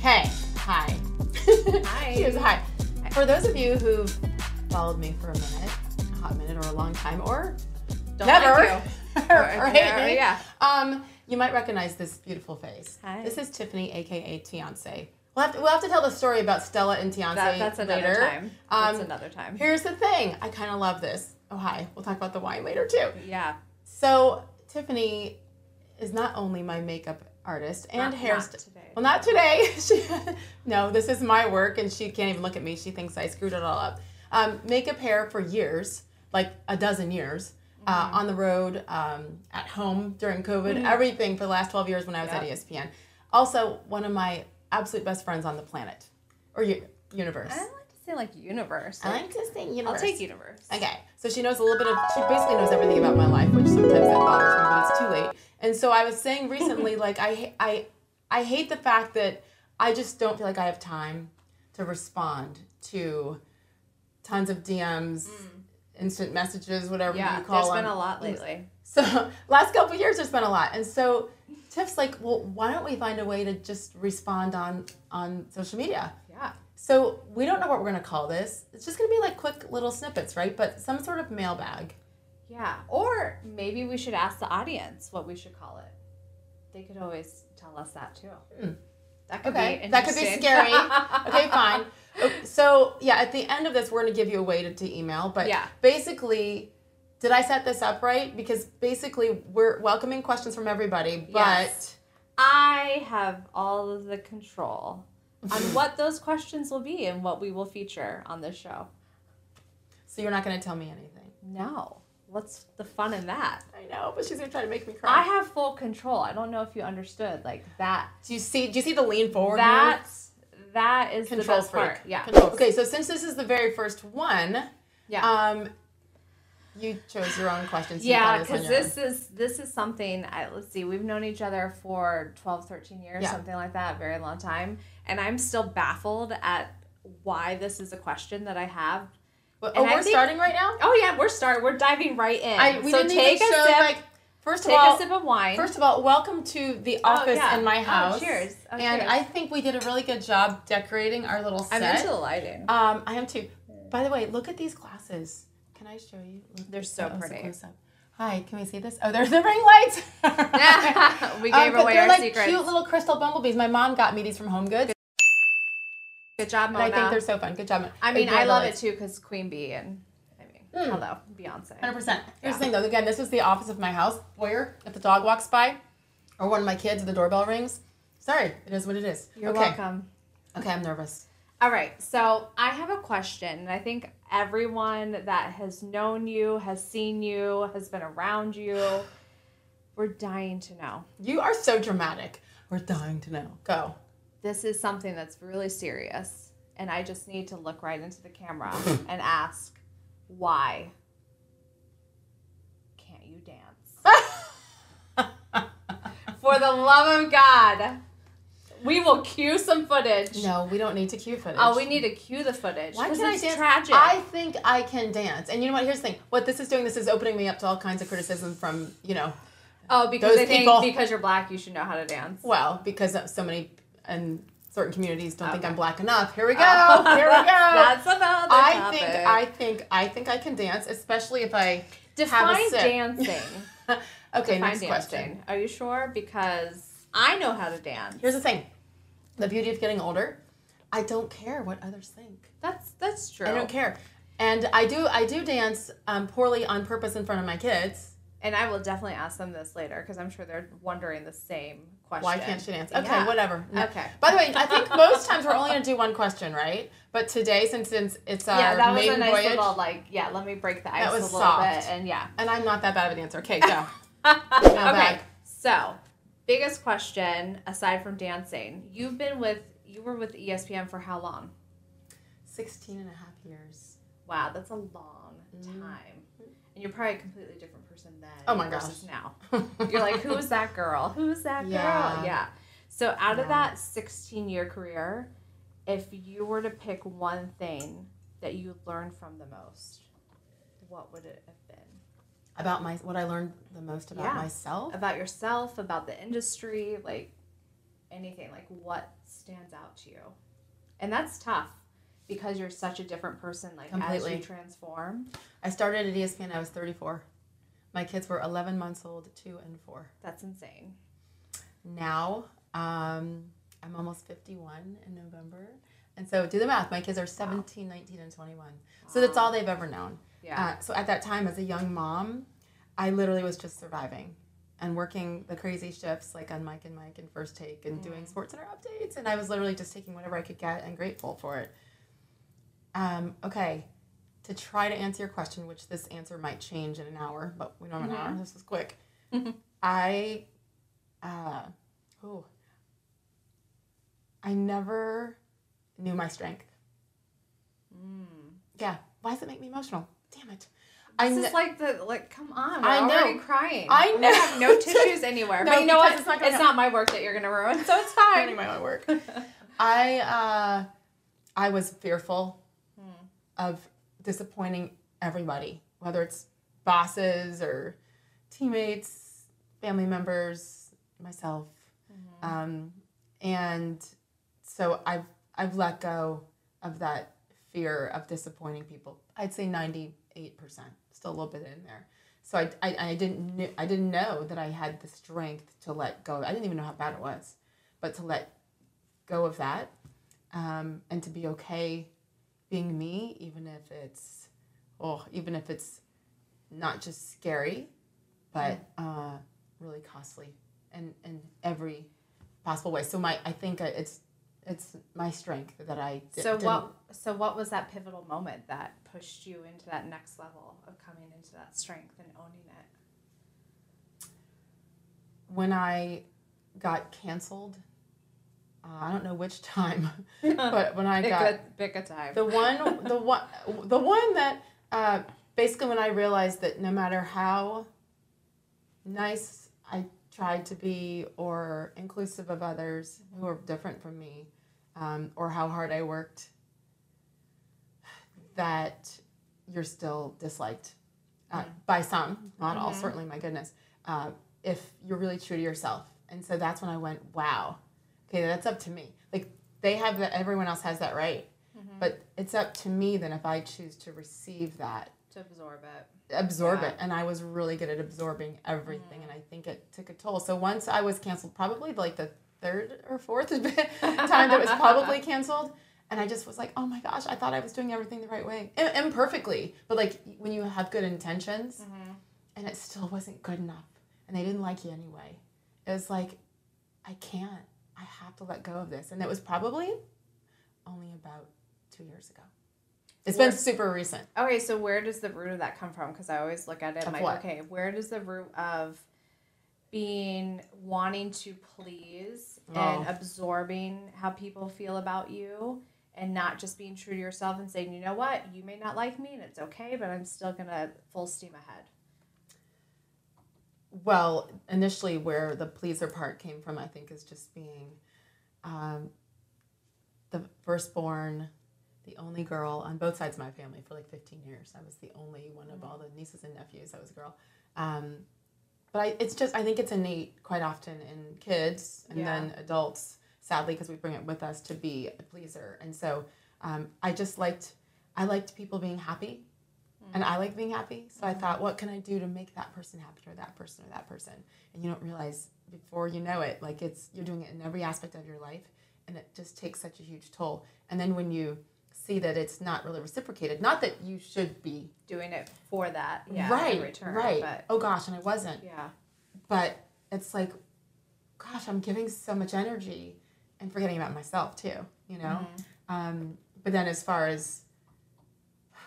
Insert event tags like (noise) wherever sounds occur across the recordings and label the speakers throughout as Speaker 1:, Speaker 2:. Speaker 1: Hey, hi. (laughs)
Speaker 2: Hi.
Speaker 1: she was hi. For those of you who've followed me for a minute, a hot minute or a long time, or
Speaker 2: Don't like
Speaker 1: never,
Speaker 2: you.
Speaker 1: (laughs) or,
Speaker 2: Or-
Speaker 1: or
Speaker 2: yeah,
Speaker 1: hate me,
Speaker 2: yeah.
Speaker 1: um, you might recognize this beautiful face.
Speaker 2: Hi.
Speaker 1: This is Tiffany, aka Tiance. We'll have, to, we'll have to tell the story about Stella and Tiance
Speaker 2: That, that's another
Speaker 1: later.
Speaker 2: time.
Speaker 1: Um,
Speaker 2: That's another time.
Speaker 1: Here's the thing. I kind of love this. Oh, hi. We'll talk about the wine later, too.
Speaker 2: Yeah.
Speaker 1: So, Tiffany is not only my makeup artist and
Speaker 2: Not-
Speaker 1: hair
Speaker 2: not
Speaker 1: st-
Speaker 2: today.
Speaker 1: Well, not today. (laughs) she, no, this is my work, and she can't even look at me. She thinks I screwed it all up. Um, makeup hair for years, like a dozen years, uh,
Speaker 2: Mm-hmm.
Speaker 1: on the road, um, at home during COVID, everything for the last 12 years when I was
Speaker 2: Yep.
Speaker 1: at E ESPN. Also, one of my absolute best friends on the planet or u- universe.
Speaker 2: I like to say like universe.
Speaker 1: I like to say universe.
Speaker 2: I'll take universe.
Speaker 1: Okay, so she knows a little bit of, she basically knows everything about my life, which sometimes that bothers me, but it's too late. And so I was
Speaker 2: (laughs)
Speaker 1: saying recently, like, I, ha- I, I hate the fact that I just don't feel like I have time to respond to tons of DMs, instant messages, whatever
Speaker 2: Mm. Yeah.
Speaker 1: you call
Speaker 2: There's
Speaker 1: them.
Speaker 2: been a lot lately.
Speaker 1: So (laughs) last couple of years, there's been a lot, and so Tiff's like, well, why don't we find a way to just respond on on social media?
Speaker 2: Yeah.
Speaker 1: So we don't know what we're gonna call this. It's just gonna be like quick little snippets, right? But some sort of mailbag.
Speaker 2: Yeah. Or maybe we should ask the audience what we should call it. They could always tell us that too. Hmm. That could be
Speaker 1: Okay, that could be (laughs)
Speaker 2: interesting.
Speaker 1: scary.
Speaker 2: (laughs)
Speaker 1: Okay, fine. Okay, So yeah, at the end of this, we're gonna give you a way to, to email. But
Speaker 2: Yeah.
Speaker 1: basically, did I set this up right? Because basically, we're welcoming questions from everybody, but
Speaker 2: Yes. I have all of the control on (laughs) what those questions will be and what we will feature on this show.
Speaker 1: so you're not gonna tell me anything.
Speaker 2: No. What's the fun in that?
Speaker 1: I know, but she's gonna try to make me cry.
Speaker 2: I have full control. I don't know if you understood. Like that
Speaker 1: Do you see? Do you see the lean forward? move?
Speaker 2: that's that is the best part. Yeah.
Speaker 1: Okay, so since this is the very first one,
Speaker 2: Yeah.
Speaker 1: um, you chose your own questions.
Speaker 2: yeah, because this is this is something. I, let's see, we've known each other for 12, 13 years,
Speaker 1: Yeah.
Speaker 2: something like that, very long time, and I'm still baffled at why this is a question that I have.
Speaker 1: But, oh,
Speaker 2: and I
Speaker 1: we're
Speaker 2: think-
Speaker 1: starting right now.
Speaker 2: Oh yeah, we're start. We're diving right in.
Speaker 1: I we
Speaker 2: so
Speaker 1: didn't
Speaker 2: take
Speaker 1: even
Speaker 2: a
Speaker 1: show
Speaker 2: sip.
Speaker 1: like. First of
Speaker 2: take
Speaker 1: all,
Speaker 2: a sip of wine.
Speaker 1: First of all, welcome to the office
Speaker 2: yeah.
Speaker 1: in my
Speaker 2: Oh,
Speaker 1: house.
Speaker 2: cheers. Oh,
Speaker 1: and
Speaker 2: cheers.
Speaker 1: I think we did a really good job decorating our little set.
Speaker 2: I'm into the lighting.
Speaker 1: um, I am too. By the way, look at these glasses. Can I show you? Look,
Speaker 2: They're so
Speaker 1: oh, it's a
Speaker 2: (laughs) pretty.
Speaker 1: close-up. Hi, can we see this? Oh, there's the ring lights. (laughs)
Speaker 2: (laughs) we
Speaker 1: Um,
Speaker 2: gave
Speaker 1: but
Speaker 2: away
Speaker 1: they're
Speaker 2: our
Speaker 1: like
Speaker 2: secrets.
Speaker 1: cute little crystal bumblebees. My mom got me these from Home Goods.
Speaker 2: Good job, Mona.
Speaker 1: I think they're so fun. Good Hmm. job. Mona.
Speaker 2: I mean,
Speaker 1: Ignore
Speaker 2: I
Speaker 1: the
Speaker 2: love it
Speaker 1: lights.
Speaker 2: too because Queen Bee and I mean, hello, Beyonce.
Speaker 1: 100%. Here's the thing though. Again, this is the office of my house. Where if the dog walks by or one of my kids, the doorbell rings. Sorry, it is what it is.
Speaker 2: You're
Speaker 1: okay.
Speaker 2: welcome.
Speaker 1: Okay, I'm nervous.
Speaker 2: All right, so I have a question, and I think everyone that has known you, has seen you, has been around you,
Speaker 1: (sighs)
Speaker 2: we're dying to know.
Speaker 1: You are so dramatic. We're dying to know. Go. (laughs)
Speaker 2: This is something that's really serious, and I just need to look right into
Speaker 1: (laughs)
Speaker 2: the camera and ask, why can't you dance? For the love of God, we will cue some footage.
Speaker 1: No, we don't need to cue footage.
Speaker 2: Oh, we need to cue the footage.
Speaker 1: Why
Speaker 2: 'cause
Speaker 1: can't I
Speaker 2: it's
Speaker 1: dance?
Speaker 2: tragic.
Speaker 1: I think I can dance. And you know what? Here's the thing. What this is doing, this is opening me up to all kinds of criticism from, you know,
Speaker 2: Oh, because
Speaker 1: Those
Speaker 2: they
Speaker 1: people-
Speaker 2: think because you're black, you should know how to dance.
Speaker 1: well, because so many and certain communities don't think
Speaker 2: Okay.
Speaker 1: I'm black enough. Here we go.
Speaker 2: Oh,
Speaker 1: (laughs) Here we go.
Speaker 2: (laughs) That's another
Speaker 1: I
Speaker 2: topic.
Speaker 1: think I think I think I can dance, especially if I have a
Speaker 2: define
Speaker 1: sip.
Speaker 2: dancing.
Speaker 1: (laughs) okay,
Speaker 2: Define
Speaker 1: next
Speaker 2: dancing.
Speaker 1: question.
Speaker 2: Are you sure? Because I know how to dance.
Speaker 1: Here's the thing. The beauty of getting older, I don't care what others think.
Speaker 2: That's that's true.
Speaker 1: I don't care. And I do I do dance um, poorly on purpose in front of my kids.
Speaker 2: And I will definitely ask them this later because I'm sure they're wondering the same question.
Speaker 1: Why can't she dance? Okay,
Speaker 2: Yeah.
Speaker 1: whatever. No.
Speaker 2: Okay.
Speaker 1: By the way, I think most times we're only gonna do one question, right? But today, since since it's our
Speaker 2: Yeah, that was
Speaker 1: maiden
Speaker 2: a nice
Speaker 1: voyage,
Speaker 2: little like. Yeah, let me break the ice
Speaker 1: was
Speaker 2: a little
Speaker 1: soft.
Speaker 2: bit, and yeah.
Speaker 1: and I'm not that bad of a dancer.
Speaker 2: (laughs)
Speaker 1: Okay, go.
Speaker 2: okay.
Speaker 1: back.
Speaker 2: So, biggest question aside from dancing, you've been with you were with E ESPN for how long?
Speaker 1: 16 and a half years.
Speaker 2: Wow, that's a long time. And you're probably a completely different person then.
Speaker 1: Mm-hmm. Oh my gosh.
Speaker 2: versus now. (laughs) You're like, who is that girl? Who's that
Speaker 1: Yeah.
Speaker 2: girl? Yeah. So out of
Speaker 1: Yeah.
Speaker 2: that 16 year career, if you were to pick one thing that you learned from the most, what would it have been?
Speaker 1: (laughs) about my what I learned the most about
Speaker 2: Yeah.
Speaker 1: myself.
Speaker 2: About yourself, about the industry, like anything, like what stands out to you? And that's tough because you're such a different person, like as
Speaker 1: Completely.
Speaker 2: you transform.
Speaker 1: I started at E ESPN. I was 34. My kids were 11 months old, two and four.
Speaker 2: That's insane.
Speaker 1: Now um, I'm almost 51 in November, and so do the math. My kids are 17, 19, and 21. So that's all they've ever known.
Speaker 2: Yeah.
Speaker 1: Uh, so at that time, as a young mom, I literally was just surviving and working the crazy shifts like on Mike and Mike and First Take and doing Sports Center updates. And I was literally just taking whatever I could get and grateful for it. Um, okay, to try to answer your question, which this answer might change in an hour, but we don't have an hour. This was quick. I, uh, oh, I never knew my strength. Yeah. Why does it make me emotional? Damn it. Uh, I
Speaker 2: Hmm. This
Speaker 1: ne-
Speaker 2: is like the like. Come on, we're
Speaker 1: I know.
Speaker 2: already crying.
Speaker 1: I
Speaker 2: We
Speaker 1: know. (laughs)
Speaker 2: have no tissues anywhere.
Speaker 1: No,
Speaker 2: but you know what?
Speaker 1: because it's
Speaker 2: It's not,
Speaker 1: not gonna happen.
Speaker 2: my work that you're gonna ruin, so it's
Speaker 1: planning
Speaker 2: fine.
Speaker 1: my own work. (laughs) I uh, I was fearful
Speaker 2: Hmm.
Speaker 1: of disappointing everybody, whether it's bosses or teammates, family members, myself,
Speaker 2: Mm-hmm.
Speaker 1: um, and so I've I've let go of that fear of disappointing people. I'd say ninety eight percent, still a little bit in there. So I, I, I didn't kn- I didn't know that I had the strength to let go. I didn't even know how bad it was, but to let go of that um, and to be okay being me, even if it's oh, even if it's not just scary, but
Speaker 2: Mm-hmm.
Speaker 1: uh, really costly and in every possible way. So my I think it's it's my strength that I di-
Speaker 2: So
Speaker 1: didn't-
Speaker 2: what? So what was that pivotal moment that pushed you into that next level of coming into that strength and owning it?
Speaker 1: when I got canceled. Uh, I don't know which (laughs) time,
Speaker 2: (laughs)
Speaker 1: but when I
Speaker 2: Pick
Speaker 1: got
Speaker 2: a, pick a time.
Speaker 1: the one the one the one that uh, basically when i realized that no matter how nice i tried to be or inclusive of others who are different from me um, or how hard i worked that you're still disliked uh, by some not all certainly my goodness uh, if you're really true to yourself and so that's when i went wow okay that's up to me like they have that everyone else has that right but it's up to me then if I choose to receive that,
Speaker 2: to absorb it.
Speaker 1: absorb
Speaker 2: Yeah.
Speaker 1: it. And I was really good at absorbing everything, and I think it took a toll. So once I was canceled, probably like the third or fourth (laughs) time that it was probably canceled, and I just was like, oh my gosh, I thought I was doing everything the right way, I- imperfectly, but like when you have good intentions, and it still wasn't good enough, and they didn't like you anyway. It was like, I can't. I have to let go of this, and it was probably only about two years ago. It's been
Speaker 2: Where-
Speaker 1: super recent.
Speaker 2: Okay, so where does the root of that come from? Because I always look at it
Speaker 1: Of
Speaker 2: like,
Speaker 1: what?
Speaker 2: okay, where does the root of being wanting to please and
Speaker 1: Oh.
Speaker 2: absorbing how people feel about you and not just being true to yourself and saying, you know what, you may not like me and it's okay, but I'm still gonna full steam ahead.
Speaker 1: Well, initially, where the pleaser part came from, I think, is just being um, the firstborn, the only girl on both sides of my family for like 15 years. I was the only one of all the nieces and nephews. I was a girl. Um, but I, it's just, I think it's innate quite often in kids and
Speaker 2: Yeah.
Speaker 1: then adults, sadly, because we bring it with us to be a pleaser. And so um, I just liked, I liked people being happy and I like being happy. So I thought, what can I do to make that person happy or that person or that person? And you don't realize before you know it, like it's you're doing it in every aspect of your life, and it just takes such a huge toll. And then when you see that it's not really reciprocated, not that you should be
Speaker 2: Doing it for that, yeah, in
Speaker 1: right,
Speaker 2: return,
Speaker 1: right.
Speaker 2: But
Speaker 1: oh gosh, and I wasn't
Speaker 2: yeah,
Speaker 1: but it's like gosh i'm giving so much energy and forgetting about myself too you know
Speaker 2: Mm-hmm.
Speaker 1: um, but then as far as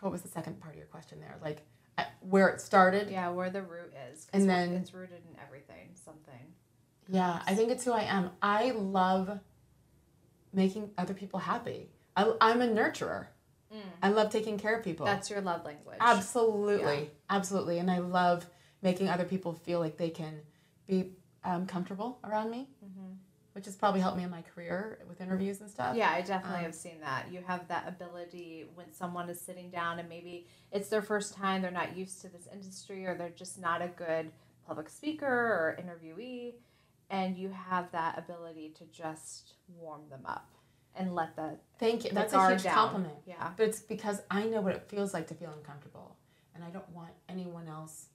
Speaker 1: what was the second part of your question there like I, where it started yeah.
Speaker 2: yeah, where the root is, 'cause
Speaker 1: And then-
Speaker 2: it's rooted in everything, something.
Speaker 1: i think it's who i am i love making other people happy I, i'm a nurturer i love taking care of people
Speaker 2: Mm. That's your love language.
Speaker 1: Absolutely, absolutely, and I love making other people feel like they can be um, comfortable around me, which has probably helped me in my career with interviews and stuff.
Speaker 2: Mm-hmm.
Speaker 1: Um,
Speaker 2: Yeah, I definitely have seen that. You have that ability when someone is sitting down and maybe it's their first time, they're not used to this industry, or they're just not a good public speaker or interviewee, and you have that ability to just warm them up and let the,
Speaker 1: Thank you.
Speaker 2: the
Speaker 1: That's a
Speaker 2: guard
Speaker 1: huge
Speaker 2: down.
Speaker 1: compliment.
Speaker 2: Yeah.
Speaker 1: But it's because I know what it feels like to feel uncomfortable. And I don't want anyone else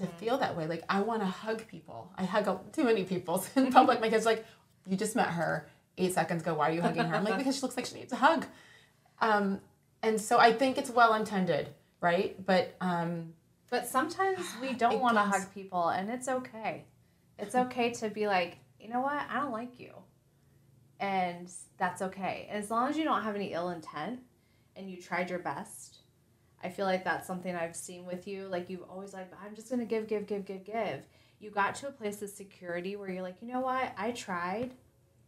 Speaker 1: to feel that way. Like, I want to hug people. I hug a- too many people (laughs) in public. My kid's like, You just met her eight seconds ago. Why are you hugging her? I'm like, Because she looks like she needs a hug. Um, and so I think it's well intended, right? But um,
Speaker 2: But sometimes
Speaker 1: (sighs)
Speaker 2: we
Speaker 1: It
Speaker 2: don't want to
Speaker 1: does.
Speaker 2: hug people, and it's okay. It's okay to be like, you know what, I don't like you. And that's okay. As long as you don't have any ill intent and you tried your best, I feel like that's something I've seen with you. Like, you've always like, I'm just going to give, give, give, give, give. You got to a place of security where you're like, you know what, I tried.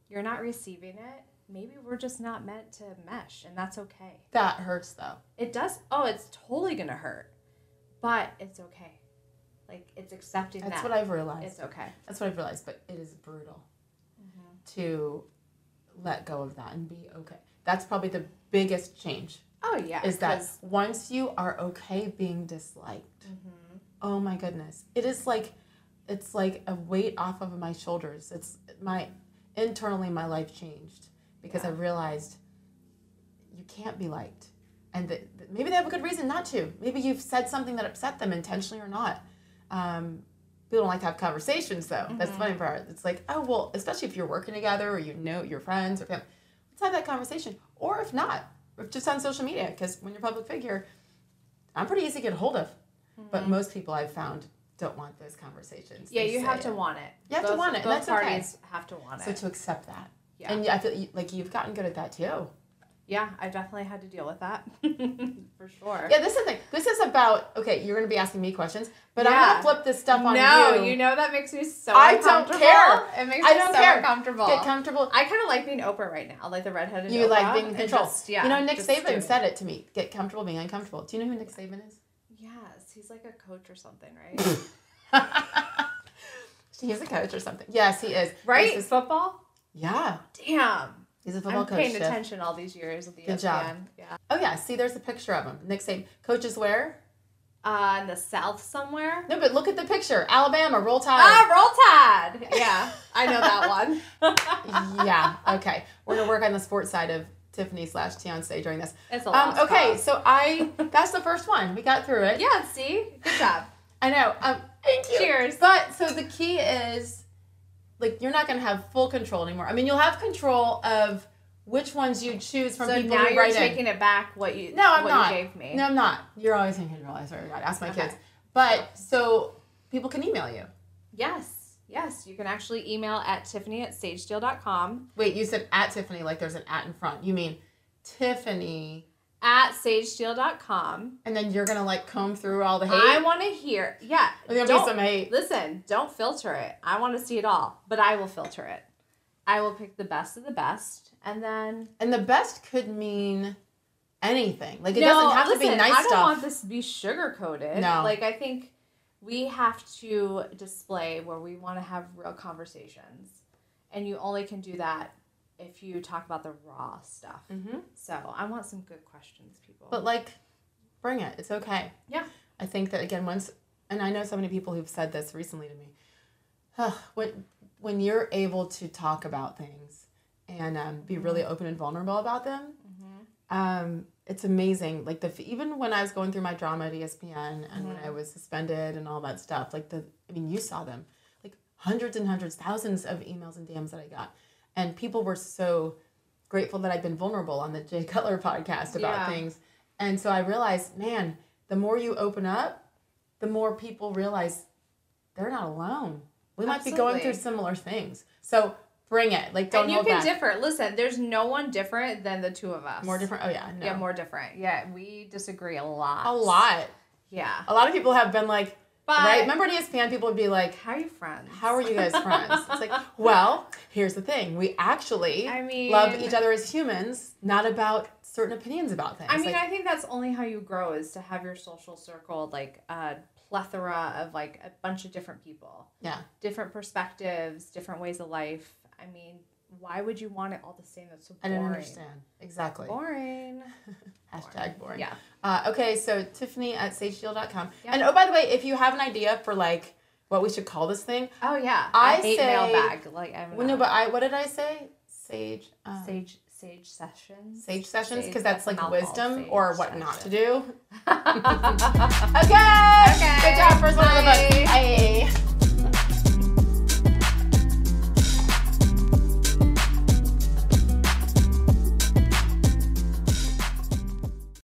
Speaker 2: You're not receiving it. Maybe we're just not meant to mesh, and that's okay.
Speaker 1: that hurts though.
Speaker 2: It does. Oh, it's totally gonna hurt, but it's okay. Like it's accepting
Speaker 1: That's
Speaker 2: that
Speaker 1: what I've realized.
Speaker 2: it's okay.
Speaker 1: That's what I've realized, but it is brutal to let go of that and be okay. That's probably the biggest change
Speaker 2: Oh yeah.
Speaker 1: is that
Speaker 2: 'cause-
Speaker 1: once you are okay being disliked,
Speaker 2: Mm-hmm.
Speaker 1: oh my goodness, it is like it's like a weight off of my shoulders. It's my internally my life changed because I realized you can't be liked, and that that maybe they have a good reason not to. Maybe you've said something that upset them intentionally or not. Um, people don't like to have conversations though. That's
Speaker 2: Mm-hmm.
Speaker 1: the funny part. It's like oh well, especially if you're working together or you know your friends or family let's have that conversation. Or if not, if just on social media, because when you're a public figure, I'm pretty easy to get a hold of. But most people I've found don't want those conversations.
Speaker 2: Mm-hmm. yeah,
Speaker 1: They
Speaker 2: you
Speaker 1: say
Speaker 2: have to
Speaker 1: it.
Speaker 2: want it.
Speaker 1: You have to
Speaker 2: Both-
Speaker 1: want it, and
Speaker 2: Both
Speaker 1: that's okay.
Speaker 2: parties have to want
Speaker 1: So
Speaker 2: it.
Speaker 1: to accept that.
Speaker 2: Yeah.
Speaker 1: And I feel you- like you've gotten good at that too.
Speaker 2: Yeah, I definitely had to deal with that (laughs) for sure.
Speaker 1: Yeah, this is the thing. This is about okay. You're gonna be asking me questions, but
Speaker 2: Yeah.
Speaker 1: I'm gonna flip this stuff on
Speaker 2: no,
Speaker 1: you.
Speaker 2: you. know that makes me so.
Speaker 1: I don't
Speaker 2: uncomfortable.
Speaker 1: care.
Speaker 2: It makes
Speaker 1: I
Speaker 2: me
Speaker 1: don't
Speaker 2: so
Speaker 1: care.
Speaker 2: uncomfortable.
Speaker 1: Get comfortable.
Speaker 2: I kind of like being Oprah right now, like the redheaded.
Speaker 1: You like
Speaker 2: Oprah,
Speaker 1: being in
Speaker 2: and
Speaker 1: control.
Speaker 2: just- yeah,
Speaker 1: you know, Nick
Speaker 2: just do
Speaker 1: Saban
Speaker 2: it.
Speaker 1: said it to me. Get comfortable being uncomfortable. Do you know who Nick Saban
Speaker 2: (laughs)
Speaker 1: is?
Speaker 2: Yes, he's like a coach or something,
Speaker 1: (laughs)
Speaker 2: right?
Speaker 1: He's a coach or something. Yes, he is.
Speaker 2: right?
Speaker 1: This is-
Speaker 2: football.
Speaker 1: yeah,
Speaker 2: Damn.
Speaker 1: he's a football
Speaker 2: I'm
Speaker 1: coach.
Speaker 2: paying
Speaker 1: Shiv.
Speaker 2: attention all these years with the E
Speaker 1: Good
Speaker 2: Good
Speaker 1: job.
Speaker 2: Yeah.
Speaker 1: Oh yeah, see, there's a picture of him. Nick Saban. Coaches where?
Speaker 2: Uh, in the south somewhere.
Speaker 1: No, but look at the picture. Alabama, roll tide.
Speaker 2: Ah, roll tide. Yeah, I
Speaker 1: (laughs)
Speaker 2: know that one.
Speaker 1: yeah. Okay. We're gonna work on the sports side of Tiffany slash Tiance during this.
Speaker 2: it's a
Speaker 1: Um,
Speaker 2: lot.
Speaker 1: okay, so I that's the first one. We got through it.
Speaker 2: Yeah. See. Good job.
Speaker 1: I know. Um, thank you.
Speaker 2: Cheers.
Speaker 1: But so the key is, like, you're not gonna have full control anymore. I mean, you'll have control of which ones you choose from
Speaker 2: So
Speaker 1: people
Speaker 2: now
Speaker 1: who
Speaker 2: you're
Speaker 1: write in.
Speaker 2: taking it back. What you?
Speaker 1: No, I'm
Speaker 2: what
Speaker 1: not.
Speaker 2: You gave me.
Speaker 1: No, I'm not. You're always in control. I swear to God. Ask my
Speaker 2: Okay.
Speaker 1: kids. But so people can email you.
Speaker 2: Yes. Yes. You can actually email at tiffany at sagedeal.com
Speaker 1: Wait, you said at Tiffany, like there's an at in front. You mean Tiffany,
Speaker 2: at sagedeal.com.
Speaker 1: and then you're gonna like comb through all the hate.
Speaker 2: I want to hear. Yeah.
Speaker 1: There's gonna be
Speaker 2: don't-
Speaker 1: some hate.
Speaker 2: Listen, don't filter it. I want to see it all, but I will filter it. I will pick the best of the best, and then
Speaker 1: And the best could mean anything. Like it
Speaker 2: No,
Speaker 1: doesn't have to be
Speaker 2: listen,
Speaker 1: nice
Speaker 2: I don't
Speaker 1: stuff.
Speaker 2: want this to be sugar coated.
Speaker 1: No.
Speaker 2: Like I think we have to display where we want to have real conversations. And you only can do that if you talk about the raw stuff.
Speaker 1: Mhm.
Speaker 2: So I want some good questions, people.
Speaker 1: But like, bring it. It's okay.
Speaker 2: Yeah.
Speaker 1: I think that again, once, and I know so many people who've said this recently to me. (sighs) when when you're able to talk about things and um, be really
Speaker 2: Mm-hmm.
Speaker 1: open and vulnerable about them, um, it's amazing. Like the f- even when I was going through my drama at E ESPN and when
Speaker 2: Mm-hmm.
Speaker 1: I was suspended and all that stuff, like the I mean, you saw them, like hundreds and hundreds, thousands of emails and DMs that I got, and people were so grateful that I'd been vulnerable on the Jay Cutler (laughs) podcast about
Speaker 2: Yeah.
Speaker 1: things. And so I realized, man, the more you open up, the more people realize they're not alone. We might be going through
Speaker 2: Absolutely.
Speaker 1: similar things. So bring it. Like don't
Speaker 2: and you
Speaker 1: hold
Speaker 2: can
Speaker 1: back.
Speaker 2: differ. Listen, there's no one different than the two of us.
Speaker 1: more different. Oh yeah, no.
Speaker 2: Yeah, more different. Yeah, we disagree a lot.
Speaker 1: a lot.
Speaker 2: Yeah.
Speaker 1: A lot of people have been like,
Speaker 2: But
Speaker 1: right? Remember E at ESPN, people would be like,
Speaker 2: how are you friends?
Speaker 1: "How are you
Speaker 2: (laughs)
Speaker 1: guys friends?" It's like, well, here's the thing: we actually
Speaker 2: I mean-
Speaker 1: love each other as humans, not about certain opinions about things.
Speaker 2: I mean,
Speaker 1: Like,
Speaker 2: I think that's only how you grow is to have your social circle like a plethora of like a bunch of different people,
Speaker 1: yeah,
Speaker 2: different perspectives, different ways of life. I mean, why would you want it all the same? That's so
Speaker 1: I
Speaker 2: boring.
Speaker 1: don't understand exactly.
Speaker 2: Boring.
Speaker 1: Hashtag boring.
Speaker 2: Yeah.
Speaker 1: Uh, okay, so Tiffany at sagedeel.com.
Speaker 2: Yeah.
Speaker 1: And oh, by the way, if you have an idea for like what we should call this thing.
Speaker 2: Oh yeah,
Speaker 1: I
Speaker 2: hate
Speaker 1: say-
Speaker 2: mailbag. Like I'm
Speaker 1: Well, no, but I what did I say? Sage. Um, sage.
Speaker 2: sage sage sessions.
Speaker 1: sessions
Speaker 2: Sage,
Speaker 1: because that's
Speaker 2: that's a
Speaker 1: like
Speaker 2: mouthful,
Speaker 1: wisdom
Speaker 2: sage
Speaker 1: or what not to
Speaker 2: session.
Speaker 1: do.
Speaker 2: okay. (laughs)
Speaker 1: Okay. Good job, first one of the book.
Speaker 2: Bye.
Speaker 1: I